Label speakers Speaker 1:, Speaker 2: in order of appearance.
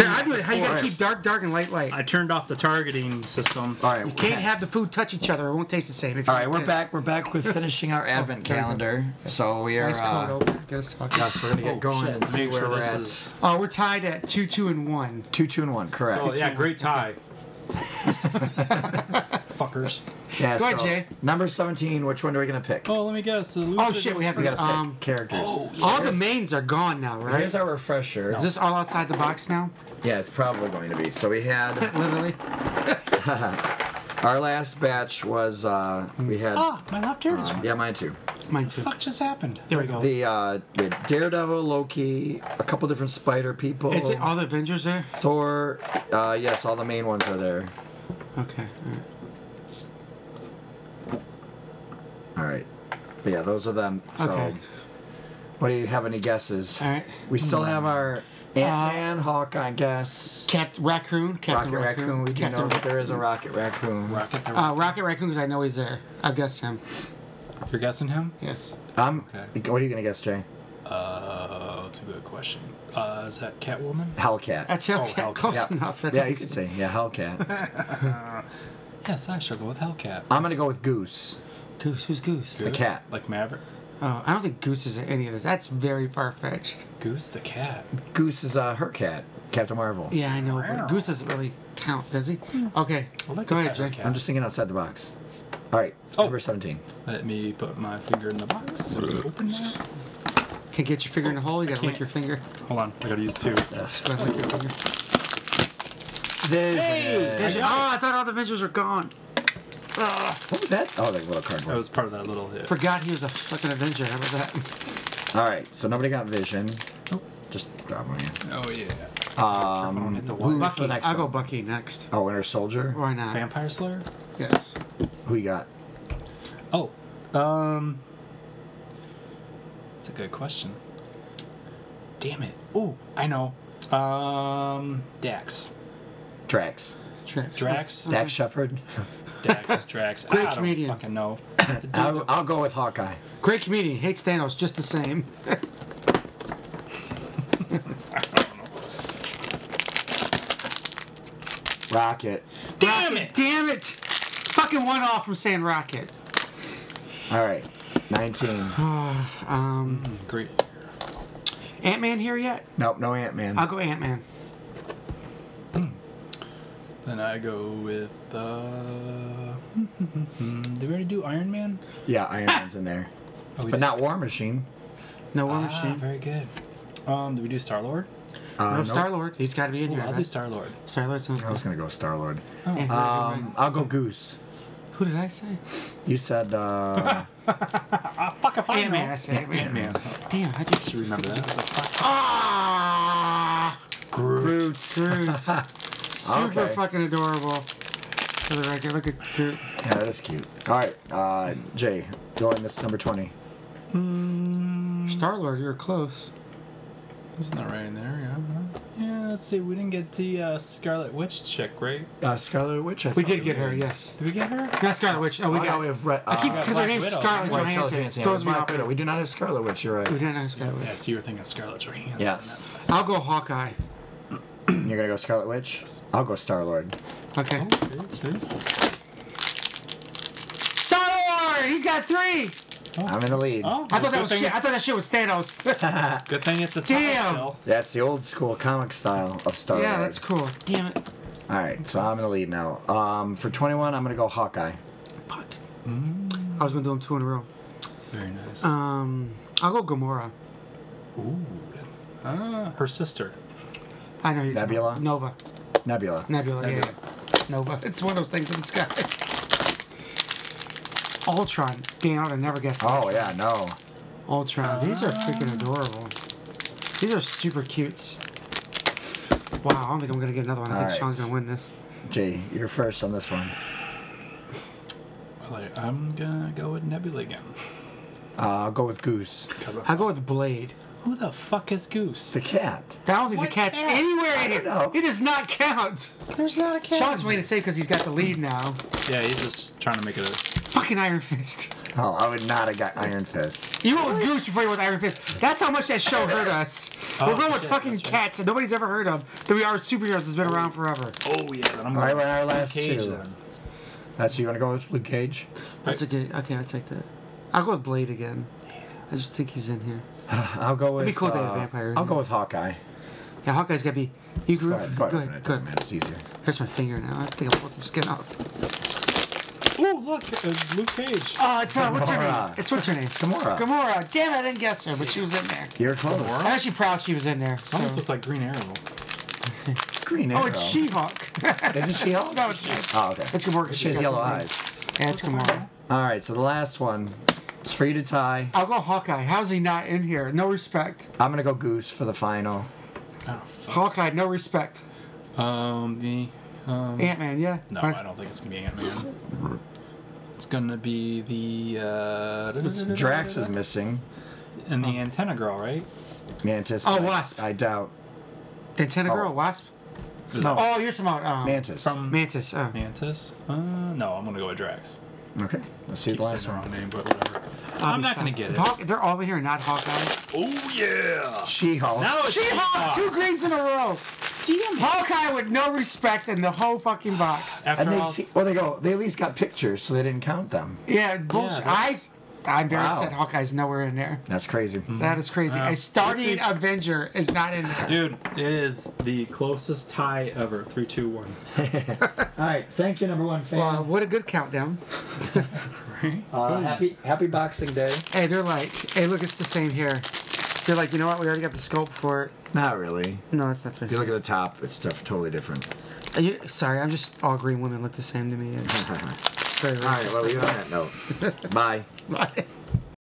Speaker 1: it. How you gotta keep
Speaker 2: force.
Speaker 1: dark, dark, and light, light.
Speaker 2: I turned off the targeting system.
Speaker 3: All right.
Speaker 1: you can't have the food touch each other. It won't taste the same. If
Speaker 3: All
Speaker 1: you
Speaker 3: right,
Speaker 1: eat
Speaker 3: we're
Speaker 1: this.
Speaker 3: back. We're back with finishing our advent calendar. So we are.
Speaker 1: Nice coat
Speaker 3: Uh,
Speaker 1: over. Get us talking.
Speaker 3: yes, we're gonna get
Speaker 2: Oh,
Speaker 3: going
Speaker 2: shit.
Speaker 3: and see
Speaker 2: Make
Speaker 3: where
Speaker 2: sure
Speaker 3: we're
Speaker 2: this
Speaker 3: at.
Speaker 2: is-
Speaker 1: Oh, we're tied at two, two, and one.
Speaker 3: Two, two, and one. Correct.
Speaker 2: So yeah, great tie. Fuckers.
Speaker 3: yeah,
Speaker 1: Go ahead,
Speaker 3: so
Speaker 1: Jay.
Speaker 3: Number seventeen. Which one are we gonna pick?
Speaker 2: Oh, let me guess. The loser
Speaker 1: Oh shit, we
Speaker 2: goes
Speaker 1: have
Speaker 3: We gotta
Speaker 1: to.
Speaker 3: pick
Speaker 1: Um,
Speaker 3: characters.
Speaker 1: all the mains are gone now, right?
Speaker 3: Here's our refresher.
Speaker 1: Is this all outside the box now?
Speaker 3: Yeah, it's probably going to be. So we had
Speaker 1: Literally.
Speaker 3: our last batch was uh, we had
Speaker 2: Ah, my left ear just went.
Speaker 3: Uh, yeah mine too.
Speaker 1: Mine too.
Speaker 2: Fuck just happened.
Speaker 1: There we go.
Speaker 3: The uh, we had Daredevil, Loki, a couple different Spider people,
Speaker 1: Is it all the Avengers there?
Speaker 3: Thor. Uh, yes, all the main ones are there.
Speaker 1: Okay. all right.
Speaker 3: All right. But yeah, those are them. So,
Speaker 1: Okay.
Speaker 3: what do you have any guesses?
Speaker 1: All right. Hmm. Uh,
Speaker 3: We still have our Ant Man, Hawkeye guess.
Speaker 1: Cat Raccoon. Captain
Speaker 3: Rocket Raccoon. We do know
Speaker 1: Captain
Speaker 3: that there is a Rocket Raccoon.
Speaker 2: Rocket. The
Speaker 1: Uh, Rocket Raccoon, 'cause I know he's there. I'll guess him.
Speaker 2: You're guessing him?
Speaker 1: Yes.
Speaker 3: I'm.
Speaker 2: Okay.
Speaker 3: What are you gonna guess, Jay?
Speaker 2: Uh, that's a good question. Uh, is that Catwoman?
Speaker 3: Hellcat.
Speaker 1: That's him.
Speaker 2: Oh, hell,
Speaker 1: Close
Speaker 3: yeah.
Speaker 1: enough. That's
Speaker 3: yeah, you could say yeah, Hellcat.
Speaker 2: Yes, I shall go with Hellcat.
Speaker 3: I'm gonna go with Goose.
Speaker 1: Goose. Who's Goose?
Speaker 2: Goose?
Speaker 3: cat.
Speaker 2: Like Maverick.
Speaker 1: Oh, I don't think Goose is in any of this. That's very far fetched.
Speaker 2: Goose the cat.
Speaker 3: Goose is uh, her cat, Captain Marvel.
Speaker 1: Yeah, I know,
Speaker 2: Wow.
Speaker 1: but Goose doesn't really count, does he? Okay.
Speaker 2: I like
Speaker 1: Go
Speaker 2: the
Speaker 1: ahead,
Speaker 2: pattern
Speaker 1: Jay.
Speaker 2: cat.
Speaker 3: I'm just thinking outside the box. All right,
Speaker 2: Oh.
Speaker 3: number 17.
Speaker 2: Let me put my finger in the box. Open that.
Speaker 1: Can't get your finger in the hole. You gotta lick
Speaker 2: can't.
Speaker 1: your finger.
Speaker 2: Hold on, I gotta use two.
Speaker 1: Just gotta lick your finger.
Speaker 3: There's
Speaker 1: There's- Oh, I thought all the Avengers were gone.
Speaker 3: What was that? Oh, that little
Speaker 2: That
Speaker 3: cardboard.
Speaker 2: was part of that little hit.
Speaker 1: Forgot he was a fucking Avenger. How about that?
Speaker 3: All right, so nobody got vision.
Speaker 1: Oh.
Speaker 3: Just drop one in.
Speaker 2: Oh yeah.
Speaker 3: Um,
Speaker 2: hit the
Speaker 3: who- the
Speaker 2: wire.
Speaker 1: Bucky.
Speaker 3: next
Speaker 1: I'll go
Speaker 3: one?
Speaker 1: Bucky next.
Speaker 3: Oh, Winter Soldier.
Speaker 1: Why not?
Speaker 2: Vampire Slayer.
Speaker 1: Yes.
Speaker 3: Who you got?
Speaker 2: Oh, um, that's a good question. Damn it! Ooh, I know. Um, Dax,
Speaker 3: Drax.
Speaker 1: Trash.
Speaker 2: Drax,
Speaker 3: Dax Shepard.
Speaker 2: Dax, Drax.
Speaker 1: Great
Speaker 2: I don't
Speaker 1: comedian.
Speaker 2: fucking know.
Speaker 3: I'll, I'll go with Hawkeye.
Speaker 1: Great comedian. Hates Thanos just the same.
Speaker 3: Rocket.
Speaker 2: Damn
Speaker 1: Rocket,
Speaker 2: it!
Speaker 1: Damn it! Fucking one off from saying Rocket.
Speaker 3: All right, 19.
Speaker 1: Um,
Speaker 2: Great.
Speaker 1: Ant Man here yet?
Speaker 3: Nope, no Ant Man.
Speaker 1: I'll go Ant Man.
Speaker 2: Then I go with. Uh, did we already do Iron Man?
Speaker 3: Yeah, Iron Man's in there,
Speaker 2: Oh, we
Speaker 3: but
Speaker 2: did.
Speaker 3: not War Machine.
Speaker 1: No War
Speaker 2: Ah,
Speaker 1: Machine.
Speaker 2: very good. Um, did we do Star Lord?
Speaker 3: Uh,
Speaker 1: No
Speaker 3: nope.
Speaker 1: Star Lord. He's got to be in
Speaker 2: Ooh,
Speaker 1: here.
Speaker 2: I'll do Star Lord.
Speaker 1: Star Lord's on.
Speaker 3: I was gonna go Star Lord.
Speaker 1: Ant-Man,
Speaker 3: Um, I'll go Goose.
Speaker 1: Who did I say?
Speaker 3: You said uh,
Speaker 2: Fuck if I
Speaker 1: Ant Man. I said Ant Man.
Speaker 2: Man.
Speaker 1: Damn, I just
Speaker 2: Remember that?
Speaker 1: Ah,
Speaker 2: Groot.
Speaker 1: Groot. Groot. Super
Speaker 3: Okay.
Speaker 1: fucking adorable. For the record, look at Groot.
Speaker 3: yeah, that is cute. All right, uh, Jay, go in this number 20.
Speaker 2: Hmm.
Speaker 1: Star Lord, you're close.
Speaker 2: Wasn't that right in there? Yeah. huh? Yeah. Let's see. We didn't get the uh, Scarlet Witch chick, right?
Speaker 3: Uh, Scarlet Witch. I
Speaker 1: We did get her. Yes.
Speaker 2: Did we get her?
Speaker 1: Not Scarlet Witch. Oh, we
Speaker 3: Oh,
Speaker 1: got.
Speaker 3: no, we have Red.
Speaker 1: I keep
Speaker 3: uh,
Speaker 1: because her
Speaker 2: Black
Speaker 1: name's
Speaker 2: Widow.
Speaker 1: Scarlett
Speaker 3: White Scarlet
Speaker 1: Johansson.
Speaker 3: Johansson.
Speaker 1: It Throws me
Speaker 3: Black
Speaker 1: off.
Speaker 3: Widow. We do not have Scarlet Witch. You're
Speaker 1: We
Speaker 3: right.
Speaker 1: didn't have Scarlet Witch.
Speaker 2: Yes, you were thinking Scarlet Johansson.
Speaker 3: Yes.
Speaker 2: That's
Speaker 1: I'll go Hawkeye.
Speaker 3: You're gonna go Scarlet Witch. I'll go Star Lord.
Speaker 1: Okay.
Speaker 2: Oh. fine.
Speaker 1: Star Lord. He's got three.
Speaker 3: I'm in the lead.
Speaker 2: Oh,
Speaker 1: I thought
Speaker 2: good
Speaker 1: that was
Speaker 2: thing
Speaker 1: shit. I thought that shit was Thanos.
Speaker 2: it's- Good thing it's a
Speaker 1: Damn.
Speaker 2: tie still.
Speaker 3: That's the old school comic style of Star Lord.
Speaker 1: yeah, that's cool. Damn it.
Speaker 3: All right, so I'm in the lead now. Um, for 21, I'm gonna go Hawkeye.
Speaker 1: Fuck.
Speaker 2: Mm.
Speaker 1: I was gonna do them two in a row.
Speaker 2: Very nice.
Speaker 1: Um, I'll go Gamora.
Speaker 2: Ooh. Ah, her sister.
Speaker 1: I know you're talking about
Speaker 3: Nebula?
Speaker 1: Nova.
Speaker 3: Nebula.
Speaker 1: Nebula. Yeah,
Speaker 2: Nebula.
Speaker 1: yeah. Nova. It's one of those things in the sky. Ultron. Damn, I would have never guessed. that.
Speaker 3: oh yeah, no.
Speaker 1: Ultron. These are freaking adorable. These are super cute. Wow, I don't think I'm gonna get another one. I think
Speaker 3: Alright.
Speaker 1: Sean's gonna win this.
Speaker 3: Jay, you're first on this one.
Speaker 2: Like, I'm gonna go with Nebula again.
Speaker 3: Uh, I'll go with Goose.
Speaker 2: 'Cause
Speaker 1: I'll
Speaker 2: I'm-
Speaker 1: go with Blade.
Speaker 2: Who the fuck is Goose?
Speaker 3: The cat.
Speaker 1: I don't think
Speaker 2: What
Speaker 1: the cat's
Speaker 2: cat?
Speaker 1: anywhere in here.
Speaker 3: know.
Speaker 1: It does not count.
Speaker 2: There's not a cat.
Speaker 1: Sean's waiting to say because he's got the lead now.
Speaker 2: Yeah, he's just trying to make it a
Speaker 1: Fucking Iron Fist.
Speaker 3: Oh, I would not have got Iron Fist.
Speaker 1: You old goose before you went with Iron Fist. That's how much that show hurt us. We're
Speaker 2: Oh,
Speaker 1: going with
Speaker 2: shit,
Speaker 1: fucking
Speaker 2: that's right.
Speaker 1: cats that nobody's ever heard of. That we are superheroes that's been around forever.
Speaker 2: Oh yeah, then I'm
Speaker 3: All
Speaker 2: gonna
Speaker 3: right, we're our last
Speaker 2: cage
Speaker 3: two.
Speaker 2: them.
Speaker 3: That's you want to go with Luke Cage?
Speaker 1: That's a good. Okay, I take that. I'll go with Blade again. I just think he's in here.
Speaker 3: I'll go with.
Speaker 1: be cool if they had a
Speaker 3: uh,
Speaker 1: vampire in
Speaker 3: I'll
Speaker 1: it.
Speaker 3: go with Hawkeye.
Speaker 1: Yeah, Hawkeye's gotta be. You grew.
Speaker 3: Go ahead. Go ahead.
Speaker 1: Go
Speaker 3: It
Speaker 1: ahead. Go
Speaker 3: doesn't
Speaker 1: ahead.
Speaker 3: matter. It's easier.
Speaker 1: Here's my finger now. I think I pulled some skin off.
Speaker 2: Oh look, it's Luke Cage.
Speaker 1: Oh, it's uh, what's her name?
Speaker 3: Gamora. Uh.
Speaker 1: It's what's her name?
Speaker 3: Gamora.
Speaker 1: Gamora. Damn it, I didn't guess her, but she was in there.
Speaker 3: You're close.
Speaker 1: I'm actually proud she was in there. so-
Speaker 2: Almost looks like Green Arrow.
Speaker 3: Green Arrow.
Speaker 1: Oh, it's She-Hulk.
Speaker 3: Isn't she yellow?
Speaker 1: no, it's,
Speaker 3: Oh, okay.
Speaker 1: it's Gamora. 'cause
Speaker 3: She has
Speaker 1: got
Speaker 3: yellow
Speaker 1: the-
Speaker 3: eyes.
Speaker 1: Yeah, it's Gamora.
Speaker 3: All right, so the last one. It's for you to tie.
Speaker 1: I'll go Hawkeye. How's he not in here? No respect.
Speaker 3: I'm gonna go Goose for the final.
Speaker 2: Oh, fuck.
Speaker 1: Hawkeye, no respect.
Speaker 2: Um, the um,
Speaker 1: Ant Man, yeah.
Speaker 2: no,
Speaker 1: Right.
Speaker 2: I don't think it's gonna be Ant Man. It's gonna be the uh,
Speaker 3: Drax is missing.
Speaker 2: and the antenna girl, right?
Speaker 3: Mantis.
Speaker 1: Oh,
Speaker 3: but I-
Speaker 1: Wasp.
Speaker 3: I doubt.
Speaker 1: The Antenna Girl,
Speaker 3: Oh.
Speaker 1: Wasp.
Speaker 3: No.
Speaker 1: Oh, you're talking about um,
Speaker 3: Mantis.
Speaker 2: From
Speaker 1: Mantis. Oh.
Speaker 2: Mantis. Uh, no, I'm gonna go with Drax.
Speaker 3: okay. Let's see the
Speaker 2: Keep saying
Speaker 3: last
Speaker 2: the
Speaker 3: one.
Speaker 2: wrong name, but whatever.
Speaker 1: I'll
Speaker 2: I'm
Speaker 1: be
Speaker 2: not gonna
Speaker 1: shocked.
Speaker 2: get it.
Speaker 1: Hawk, they're all in here, not Hawkeye.
Speaker 2: Oh yeah.
Speaker 3: She-Hulk.
Speaker 2: Now it's
Speaker 1: She-Hulk,
Speaker 2: She-Hulk.
Speaker 1: two greens in a row. Hawkeye with no respect in the whole fucking box.
Speaker 3: And
Speaker 2: After
Speaker 3: they
Speaker 2: all,
Speaker 3: te- well, they go. They at least got pictures, so they didn't count them.
Speaker 1: Yeah, bullshit. I,
Speaker 2: that's-
Speaker 1: I'm very
Speaker 3: Wow.
Speaker 1: upset Hawkeye's nowhere in there.
Speaker 3: That's crazy.
Speaker 1: That is crazy.
Speaker 2: Wow.
Speaker 1: A starting
Speaker 2: This week-
Speaker 1: Avenger is not in there.
Speaker 2: dude, it is the closest tie ever. Three, two, one.
Speaker 3: All right. Thank you, number one fan.
Speaker 1: Wow, what a good countdown.
Speaker 2: Right?
Speaker 3: Uh, happy Happy Boxing Day.
Speaker 1: Hey, they're like, hey, look, it's the same here. They're like, you know what? We already got the sculpt for it.
Speaker 3: Not really.
Speaker 1: No, it's not.
Speaker 3: If you look at the top, it's stuff totally different.
Speaker 1: Are you, sorry, I'm just all green women look the same to me. It's
Speaker 3: All
Speaker 1: very
Speaker 3: right. Well, we're on that note. Bye.
Speaker 1: racist.